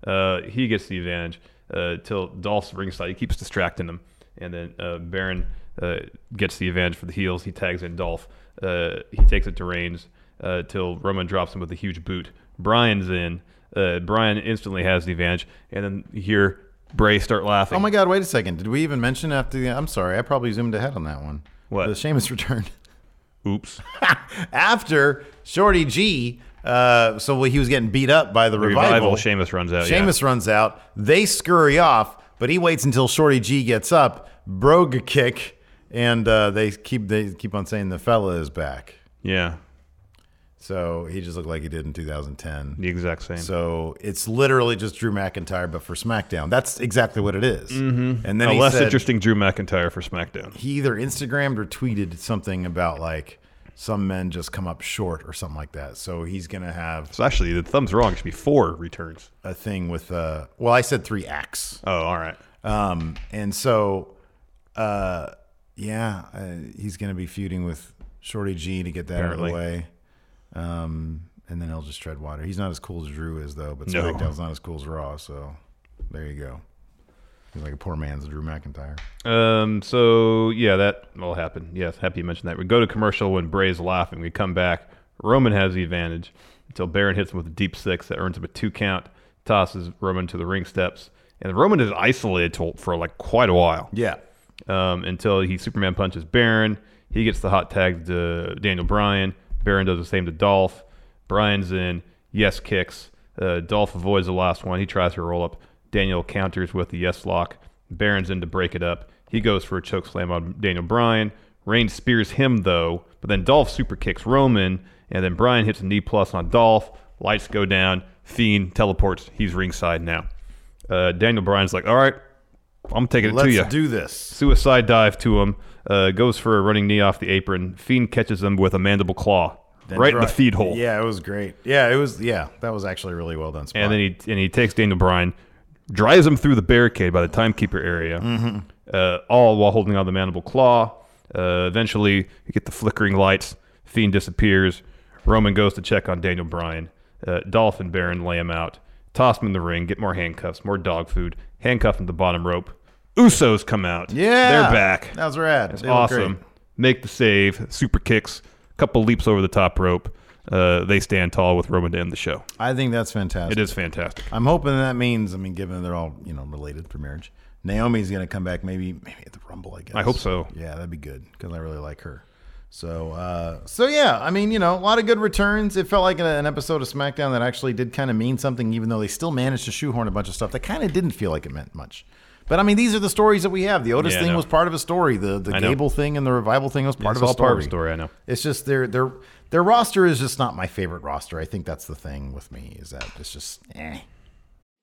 C: Uh, he gets the advantage uh, till Dolph's ringside. He keeps distracting him, and then uh, Baron uh, gets the advantage for the heels. He tags in Dolph. Uh, he takes it to Reigns uh, till Roman drops him with a huge boot. Brian's in. Uh, Brian instantly has the advantage, and then you hear Bray start laughing.
A: Oh my God! Wait a second. Did we even mention after the? I'm sorry. I probably zoomed ahead on that one. What? The Sheamus return.
C: Oops.
A: after Shorty G. Uh, so well, he was getting beat up by the revival.
C: Revival, Sheamus runs out, yeah.
A: Sheamus runs out. They scurry off, but he waits until Shorty G gets up. Broga kick, and uh, they keep they keep on saying the fella is back.
C: Yeah.
A: So he just looked like he did in 2010.
C: The exact same.
A: So it's literally just Drew McIntyre, but for SmackDown. That's exactly what it is.
C: Mm-hmm.
A: And then
C: a
A: he
C: less
A: said-
C: interesting Drew McIntyre for SmackDown.
A: he either Instagrammed or tweeted something about like some men just come up short or something like that. So he's gonna have.
C: So actually, the thumbs wrong. It should be four returns.
A: A thing with uh, well, I said three acts.
C: Oh, all right.
A: Um, and so, uh, yeah, uh, he's gonna be feuding with Shorty G to get that
C: Apparently.
A: out of the way. Um, and then he'll just tread water. He's not as cool as Drew is though, but
C: No.
A: SmackDown's not as cool as Raw. So there you go. He's like a poor man's Drew McIntyre.
C: Um. So yeah, that all happened. Yes, happy you mentioned that. We go to commercial when Bray's laughing. We come back. Roman has the advantage until Baron hits him with a deep six that earns him a two count. Tosses Roman to the ring steps, and Roman is isolated to, for like quite a while.
A: Yeah.
C: Um. Until he Superman punches Baron. He gets the hot tag to Daniel Bryan. Baron does the same to Dolph. Bryan's in. Yes kicks. Uh, Dolph avoids the last one. He tries to roll up. Daniel counters with the yes lock. Baron's in to break it up. He goes for a choke slam on Daniel Bryan. Reigns spears him though, but then Dolph super kicks Roman, and then Bryan hits a knee plus on Dolph. Lights go down. Fiend teleports. He's ringside now. Uh, Daniel Bryan's like, all right, I'm taking it to
A: Let's
C: you.
A: do this.
C: Suicide dive to him. Uh, goes for a running knee off the apron. Fiend catches him with a mandible claw,
A: That's
C: right in the feed hole.
A: Yeah, it was great. Yeah, it was. Yeah, that was actually really well done.
C: And then he and he takes Daniel Bryan, drives him through the barricade by the timekeeper area,
A: Mhm.
C: uh, all while holding on the mandible claw. Uh, eventually, you get the flickering lights. Fiend disappears. Roman goes to check on Daniel Bryan. Uh, Dolph and Baron lay him out, toss him in the ring, get more handcuffs, more dog food, handcuff him to the bottom rope. Usos come out.
A: Yeah,
C: they're back.
A: That was rad.
C: It's
A: They look
C: awesome. Make the save. Super kicks. Couple leaps over the top rope. Uh, they stand tall with Roman to end the show.
A: I think that's fantastic.
C: It is fantastic.
A: I'm hoping that means. I mean, given they're all you know related for marriage, Naomi's going to come back. Maybe maybe at the Rumble. I guess.
C: I hope so.
A: Yeah, that'd be good because I really like her. So uh, so yeah, I mean, you know, a lot of good returns. It felt like an- an episode of SmackDown that actually did kind of mean something, even though they still managed to shoehorn a bunch of stuff that kind of didn't feel like it meant much. But I mean, these are the stories that we have. The Otis
C: Yeah, I
A: thing
C: know.
A: was part of a story. The the
C: I know.
A: Gable thing and the revival thing was part
C: It's
A: of a
C: all
A: story.
C: part of a story, I know.
A: It's just their their their roster is just not my favorite roster. I think that's the thing with me is that it's just eh.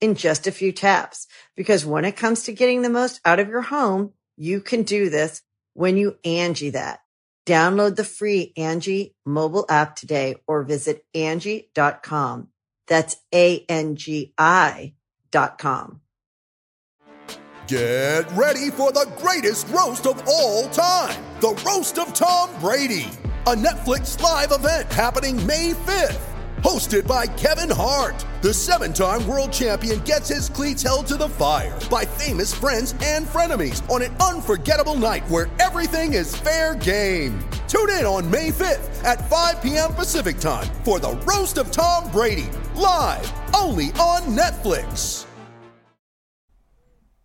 G: in just a few taps. Because when it comes to getting the most out of your home, You can do this when you Angie that. Download the free Angie mobile app today or visit Angie.com. That's A-N-G-I dot com.
H: Get ready for the greatest roast of all time the Roast of Tom Brady, a Netflix live event happening May 5th. Hosted by Kevin Hart, the seven time world champion gets his cleats held to the fire by famous friends and frenemies on an unforgettable night where everything is fair game. Tune in on May 5th at 5 p.m. Pacific time for the Roast of Tom Brady, live only on Netflix.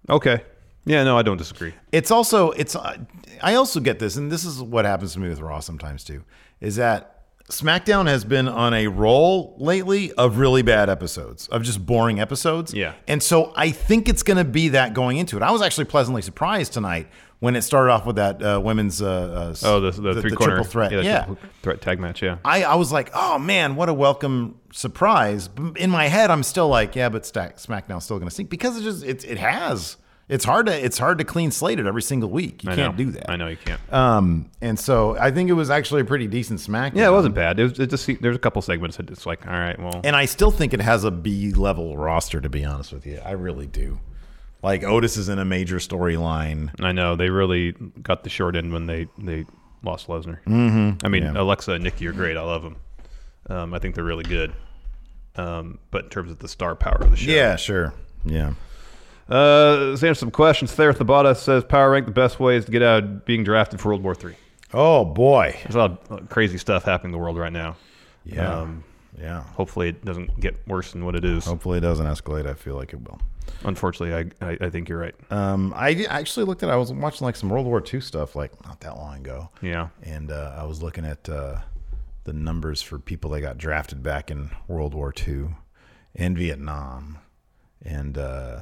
C: Okay. Yeah, no, I don't disagree.
A: It's also it's uh, I also get this, and this is what happens to me with Raw sometimes too, is that SmackDown has been on a roll lately of really bad episodes, of just boring episodes. Yeah, and so I think it's going to be that going into it. I was actually pleasantly surprised tonight when it started off with that uh, women's uh, uh,
C: Oh, the, the, three corner
A: triple threat.
C: the
A: yeah.
C: triple threat tag match. Yeah.
A: I, I was like, oh man, what a welcome surprise. B- In my head, I'm still like, yeah, but Stack, SmackDown's still going to sink because it just it, it has. It's hard to it's hard to clean slate it every single week. You
C: I
A: can't
C: know.
A: do that.
C: I know you can't.
A: Um, and so I think it was actually a pretty decent SmackDown.
C: Yeah, it wasn't bad. It, was, it just there's a couple segments that it's like, all right, well,
A: And I still think it has a B level roster, to be honest with you. I really do. Like Otis is in a major storyline.
C: I know they really got the short end when they they lost Lesnar.
A: Mhm.
C: I mean,
A: Yeah.
C: Alexa and Nikki are great. I love them. Um, I think they're really good. Um, but in terms of the star power of the show,
A: Yeah, sure. Yeah.
C: Uh, let's answer some questions. There at the bottom says power rank the best ways to get out of being drafted for World War Three.
A: Oh boy,
C: there's a lot of uh, crazy stuff happening in the world right now.
A: Yeah.
C: Um,
A: yeah.
C: Hopefully it doesn't get worse than what it is.
A: Hopefully it doesn't escalate. I feel like it will.
C: Unfortunately, I I, I think you're right.
A: Um, I d- actually looked at. I was watching like some World War II stuff, like not that long ago.
C: Yeah.
A: And uh, I was looking at uh, the numbers for people that got drafted back in World War II and Vietnam, and uh,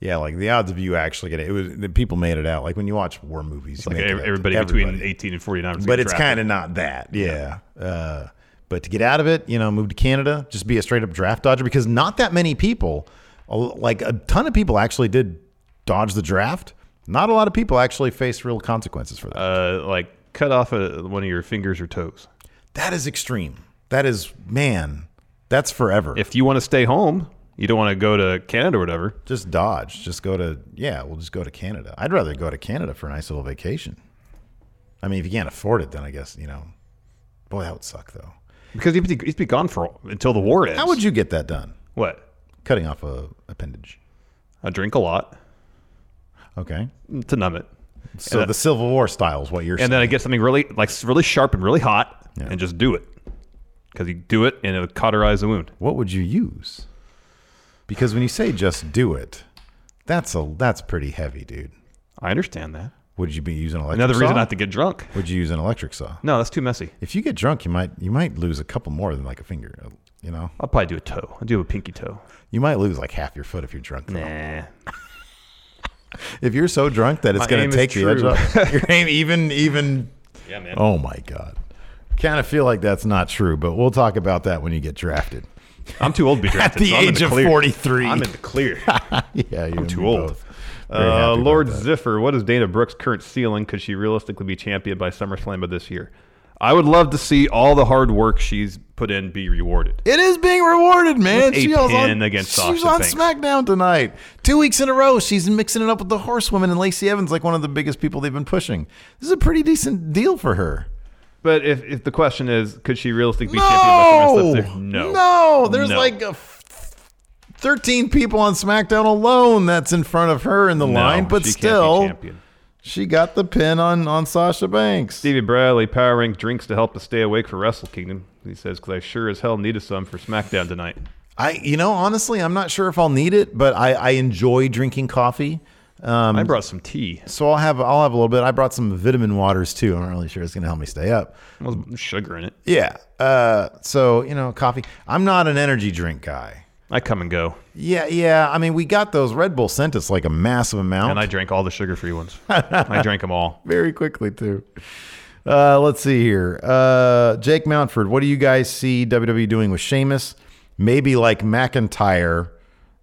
A: yeah, like the odds of you actually getting it was the people made it out. Like when you watch war movies, you
C: Like
A: make it
C: ev-
A: out to
C: everybody,
A: everybody.
C: between 18 and 49.
A: but it's kind of not that. Yeah. Uh, but to get out of it, you know, move to Canada, just be a straight up draft dodger because not that many people, a- like a ton of people, actually did dodge the draft. Not a lot of people actually face real consequences for that.
C: uh, like cut off a, one of your fingers or toes.
A: That is extreme. That is man. That's forever.
C: If you want to stay home, you don't want to go to Canada or whatever.
A: Just dodge. Just go to yeah. We'll just go to Canada. I'd rather go to Canada for a nice little vacation. I mean, if you can't afford it, then I guess you know. Boy, that would suck though.
C: Because he'd be, he'd be gone for until the war ends.
A: How would you get that done?
C: What?
A: Cutting off a appendage.
C: I drink a lot
A: Okay.
C: to numb it.
A: So
C: And
A: the Civil War style is what you're
C: and
A: saying.
C: then I get something really like really sharp and really hot, and just do it because you do it and it would cauterize the wound.
A: What would you use? Because when you say just do it, that's a that's pretty heavy, dude.
C: I understand that.
A: Would you be using electric
C: Another reason
A: saw?
C: not to get drunk.
A: Would you use an electric saw?
C: No, that's too messy.
A: If you get drunk, you might you might lose a couple more than like a finger. You know,
C: I'll probably do a toe. I'll do a pinky toe.
A: You might lose like half your foot if you're drunk. Though.
C: Nah.
A: if you're so drunk that it's
C: My
A: going
C: aim
A: to
C: is
A: take the edge
C: true.
A: off your aim, even even.
C: Yeah, man.
A: Oh my god. Kind of feel like that's not true, but we'll talk about that when you get drafted.
C: I'm too old to be
A: At
C: drafted.
A: the
C: so I'm in
A: age of
C: clear.
A: 43.
C: I'm in the clear.
A: yeah, you
C: I'm
A: and
C: too
A: me
C: old.
A: both. Very happy
C: Uh,
A: about
C: Lord Ziffer, what is Dana Brooks' current ceiling? Could she realistically be champion by SummerSlam of this year? I would love to see all the hard work she's put in be rewarded.
A: It is being rewarded, man.
C: With a
A: She was on,
C: pin against
A: she
C: Sasha
A: was on
C: Banks.
A: SmackDown tonight. Two weeks in a row, she's mixing it up with the Horsewoman and Lacey Evans, like one of the biggest people they've been pushing. This is a pretty decent deal for her.
C: But if, if the question is, could she realistically be champion by SummerSlam? this year? No.
A: no. There's
C: No.
A: like a f- thirteen people on SmackDown alone that's in front of her in the
C: No,
A: line, but
C: she can't be
A: still,
C: champion.
A: she got the pin on on Sasha Banks.
C: Stevie Bradley power rank drinks to help us stay awake for Wrestle Kingdom. He says, because I sure as hell needed some for SmackDown tonight.
A: I, you know, honestly, I'm not sure if I'll need it, but I, I enjoy drinking coffee. Um,
C: I brought some tea,
A: so I'll have I'll have a little bit. I brought some vitamin waters too. I'm not really sure it's going to help me stay up.
C: Well, there's sugar in it.
A: Yeah. Uh, so you know, coffee. I'm not an energy drink guy.
C: I come and go.
A: Yeah, yeah. I mean, we got those Red Bull sent us like a massive amount.
C: And I drank all the sugar free ones. I drank them all.
A: very quickly too. Uh, let's see here. Uh, Jake E Mountford, what do you guys see WWE doing with Sheamus? Maybe like McIntyre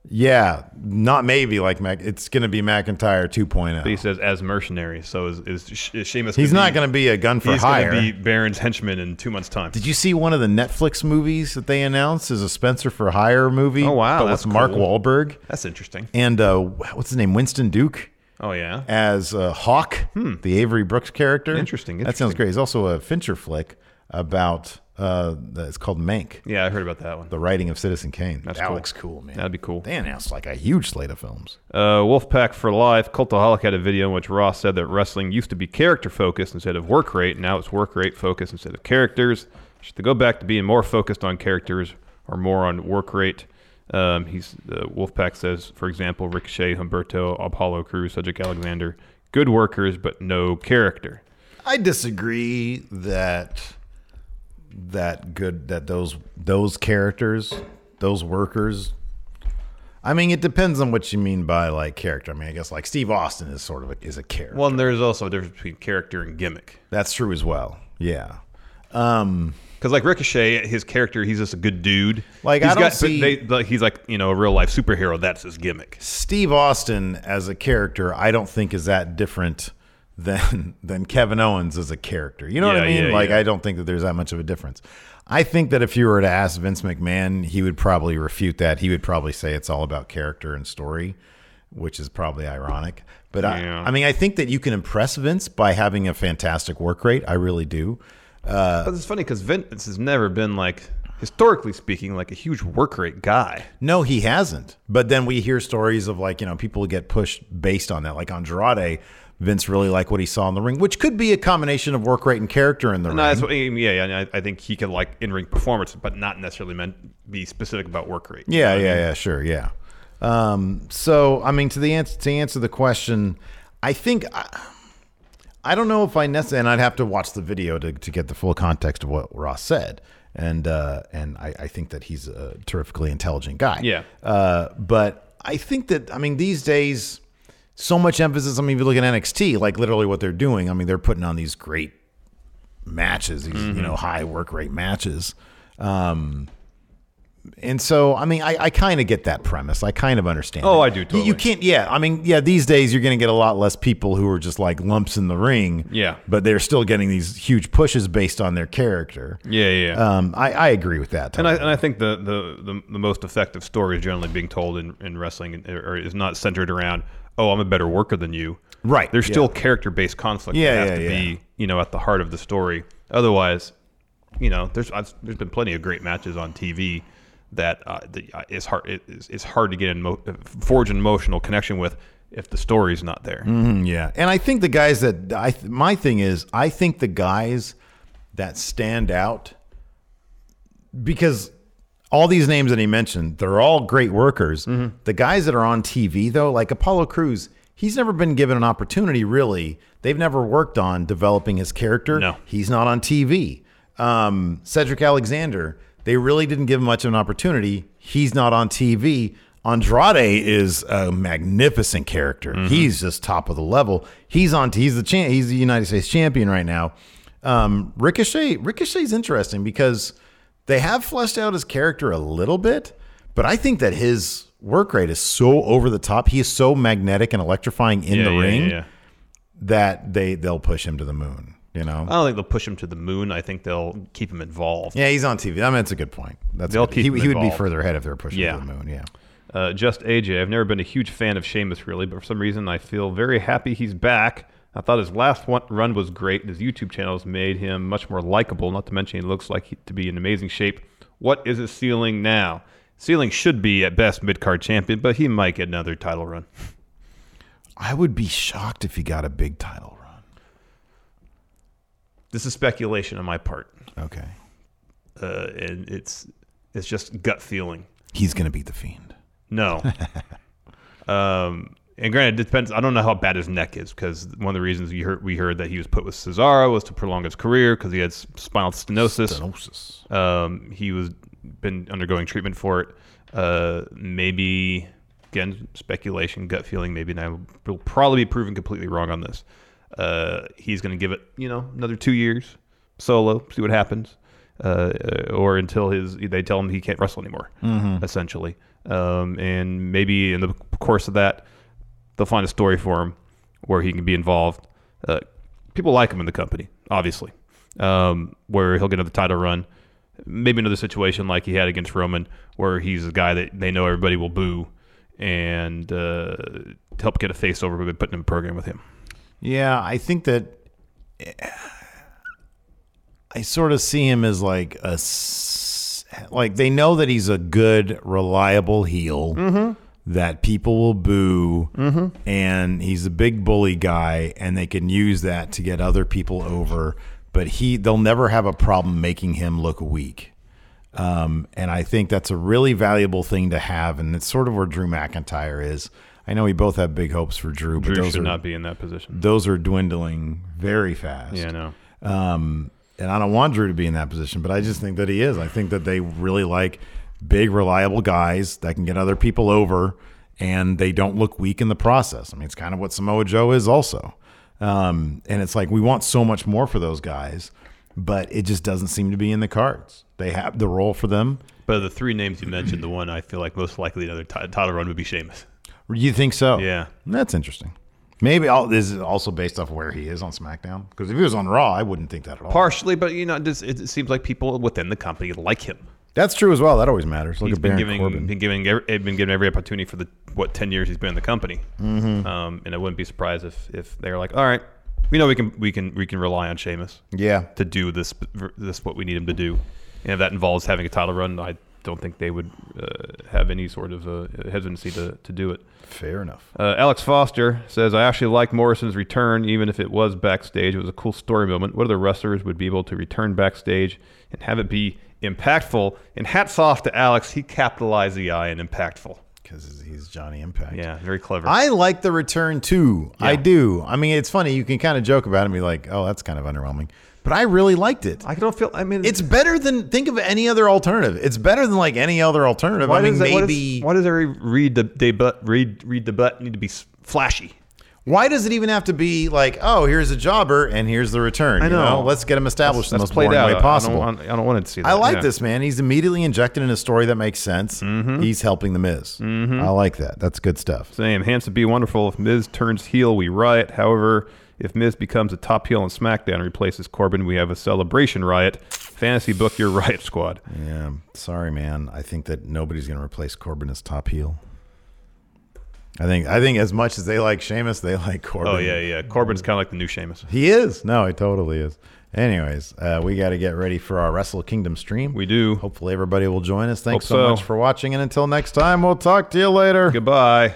A: Yeah, not maybe like Mac. It's going to be McIntyre 2.0.
C: But he says as mercenary. So is is, Sh- is Sheamus?
A: He's
C: gonna
A: not gonna be a gun for
C: he's gonna
A: hire.
C: be Baron's henchman in two months' time.
A: Did you see one of the Netflix movies that they announced is a Spencer for Hire movie?
C: Oh, wow,
A: but
C: that's
A: with Mark
C: cool.
A: Wahlberg
C: That's interesting.
A: and uh, what's his name, Winston Duke.
C: Oh yeah.
A: as uh, Hawk, the Avery Brooks character.
C: Hmm. Interesting,
A: That sounds great. It's also a Fincher flick about. Uh, the- it's called Mank.
C: Yeah, I heard about that one.
A: The writing of Citizen Kane.
C: That's
A: that
C: cool.
A: looks cool, man.
C: That'd be cool.
A: They announced like a huge slate of films.
C: Uh, Wolfpack for Life, Cultaholic had a video in which Ross said that wrestling used to be character focused instead of work rate. Now it's work rate focused instead of characters. Should they go back to being more focused on characters or more on work rate? Um, he's uh, Wolfpack says, for example, Ricochet, Humberto, Apollo Cruz, Cedric Alexander, good workers but no character.
A: I disagree that that good that those those characters, those workers. I mean, it depends on what you mean by like character. I mean, I guess like Steve Austin is sort of a, is a character.
C: Well, and there's also a difference between character and gimmick.
A: That's true as well. Yeah. Um,
C: because like Ricochet, his character, he's just a good dude.
A: Like, I
C: He's
A: don't
C: got- but
A: see-
C: they- like, he's like you know a real life superhero. That's his gimmick.
A: Steve Austin as a character, I don't think is that different than than Kevin Owens as a character. You know what I
C: Yeah,
A: mean?
C: yeah,
A: like
C: yeah.
A: I don't think that there's that much of a difference. I think that if you were to ask Vince McMahon, he would probably refute that. He would probably say it's all about character and story, which is probably ironic. But
C: Yeah.
A: I, I mean, I think that you can impress Vince by having a fantastic work rate. I really do. Uh,
C: But it's funny because Vince has never been like, historically speaking, like a huge work rate guy.
A: No, he hasn't. But then we hear stories of like, you know, people get pushed based on that. Like Andrade, Vince really liked what he saw in the ring, which could be a combination of work rate and character in the
C: No,
A: ring.
C: that's what, yeah, yeah. and I, I think he can like in ring performance, but not necessarily meant be specific about work rate.
A: Yeah, yeah, yeah, sure, yeah. Um, so, I mean, to the answer to answer the question, I think I, I don't know if I necessarily, and I'd have to watch the video to, to get the full context of what Ross said, and uh, and I, I think that he's a terrifically intelligent guy.
C: Yeah.
A: Uh, but I think that I mean these days, so much emphasis. I mean, if you look at NXT, like literally what they're doing. I mean, they're putting on these great matches, these you
C: Mm-hmm.
A: know high work rate matches. Um, and so, I mean, I, I kind of get that premise. I kind of understand.
C: Oh,
A: it.
C: I do
A: You-
C: totally.
A: You can't, yeah. I mean, yeah. These days, you're going to get a lot less people who are just like lumps in the ring.
C: Yeah.
A: but they're still getting these huge pushes based on their character.
C: Yeah, yeah.
A: Um, I, I agree with that.
C: And I, and I think the, the, the, the most effective story is generally being told in, in wrestling and- or is not centered around, oh, I'm a better worker than you.
A: Right.
C: There's still
A: yeah.
C: character based conflict
A: Yeah,
C: that has
A: yeah,
C: to
A: yeah.
C: be, you know, at the heart of the story. Otherwise, you know, there's I've, there's been plenty of great matches on TV that uh, the, uh, it's hard it, it's, it's hard to get in mo- uh, forge an emotional connection with if the story's not there.
A: Mhm, yeah, and I think the guys that I th- my thing is I think the guys that stand out because all these names that he mentioned they're all great workers. The guys that are on TV though, like Apollo Cruz, he's never been given an opportunity. Really, they've never worked on developing his character. No, he's not on TV. Um, Cedric Alexander, they really didn't give him much of an opportunity. He's not on TV. Andrade is a magnificent character. He's just top of the level. He's on. He's the champ. He's the United States champion right now. Um, Ricochet. Ricochet's interesting because they have fleshed out his character a little bit, but I think that his work rate is so over the top. He is so magnetic and electrifying in
C: Yeah,
A: the
C: yeah,
A: ring
C: yeah, yeah.
A: that they they'll push him to the moon. You know.
C: I don't think they'll push him to the moon. I think they'll keep him involved.
A: Yeah, he's on TV. I mean, that's a good point. That's
C: They'll
A: good.
C: keep
A: he,
C: him
A: he would be
C: involved.
A: further ahead if they were pushing
C: Yeah.
A: him to the moon. Yeah.
C: Uh, just AJ. I've never been a huge fan of Sheamus, really, but for some reason I feel very happy he's back. I thought his last one, run was great. His YouTube channel has made him much more likable, not to mention he looks like he, to be in amazing shape. What is his ceiling now? Ceiling should be at best mid card champion, but he might get another title run.
A: I would be shocked if he got a big title run.
C: This is speculation on my part.
A: Okay.
C: Uh, and it's it's just gut feeling.
A: He's gonna beat the fiend.
C: No. um, and granted, it depends. I don't know how bad his neck is because one of the reasons we heard we heard that he was put with Cesaro was to prolong his career because he had s- spinal stenosis. Stenosis. Um, he was been undergoing treatment for it. Uh, maybe again speculation, gut feeling. Maybe and I will probably be proven completely wrong on this. Uh, he's going to give it, you know, another two years solo. See what happens, uh, uh, or until his they tell him he can't wrestle anymore
A: Mhm.
C: essentially. um, and maybe in the course of that, they'll find a story for him where he can be involved. Uh, people like him in the company, obviously, um, where he'll get another title run. Maybe another situation like he had against Roman, where he's a guy that they know everybody will boo and uh, help get a face over by putting him in a program with him.
A: Yeah, I think that I sort of see him as like a s- like they know that he's a good, reliable heel
C: Mm-hmm.
I: Mhm.
A: that people will boo,
I: Mhm.
A: and he's a big bully guy, and they can use that to get other people over. But he, they'll never have a problem making him look weak. Um, and I think that's a really valuable thing to have, and it's sort of where Drew McIntyre is. I know we both have big hopes for Drew, but
C: Drew
A: those
C: should
A: are
C: not be in that position.
A: those are dwindling very fast.
C: Yeah, I know.
A: Um, and I don't want Drew to be in that position, but I just think that he is. I think that they really like big, reliable guys that can get other people over and they don't look weak in the process. I mean, it's kind of what Samoa Joe is also. Um, and it's like we want so much more for those guys, but it just doesn't seem to be in the cards. They have the role for them.
C: But of the three names you mentioned, the one I feel like most likely another ti- title run would be Sheamus.
A: You think so?
C: Yeah.
A: That's interesting. Maybe all this is also based off where he is on SmackDown. Because if he was on Raw, I wouldn't think that at all.
C: Partially, but you know, it, just, it seems like people within the company like him.
A: That's true as well. That always matters. Look
C: he's
A: at
C: been
A: Baron
C: giving,
A: Corbin.
C: been giving, every, been given every opportunity for the what ten years he's been in the company.
A: Mhm.
C: Um, and I wouldn't be surprised if if they're like, all right, we know we can we can we can rely on Sheamus.
A: Yeah.
C: to do this this what we need him to do, and if that involves having a title run, I don't think they would uh, have any sort of uh, hesitancy to to do it.
A: Fair enough.
C: Uh, Alex Foster says, I actually like Morrison's return, even if it was backstage. It was a cool story moment. What other wrestlers would be able to return backstage and have it be impactful? And hats off to Alex. He capitalized the I in impactful.
A: Because he's Johnny Impact.
C: Yeah, very clever.
A: I like the return too. I do. I mean, it's funny. You can kind of joke about it and be like, "Oh, that's kind of underwhelming," but I really liked it. I
C: don't feel. I mean,
A: it's better than think of any other alternative. It's better than like any other alternative.
C: Why
A: I mean,
C: does it- why does-
A: maybe.
C: why does every read the debut read read the butt need to be s- flashy?
A: Why does it even have to be like, "Oh, here's a jobber and here's the return"?
C: I
A: you
C: know.
A: Let's get him established
C: That's-
A: in the
C: that's
A: most
C: played
A: boring
C: out. I
A: way
C: don't
A: possible.
C: want- I don't want to see that.
A: I like
C: Yeah. Mm-hmm.
A: this man. He's immediately injected in a story that makes sense. He's helping the Miz. I like that. That's good stuff.
C: Same. Hanson be wonderful. If Miz turns heel, we riot. However, if Miz becomes a top heel on SmackDown and replaces Corbin, we have a celebration riot. Fantasy book your riot squad.
A: Yeah, sorry, man. I think that nobody's going to replace Corbin as top heel. I think I think as much as they like Sheamus, they like Corbin.
C: Oh yeah, yeah. Corbin's kind of like the new Sheamus.
A: he is. No, he totally is. Anyways, uh, we got to get ready for our Wrestle Kingdom stream. We
C: do.
A: Hopefully, everybody will join us. Thanks
C: Hope
A: so
C: so.
A: much for watching, and until next time, we'll talk to you later.
C: Goodbye.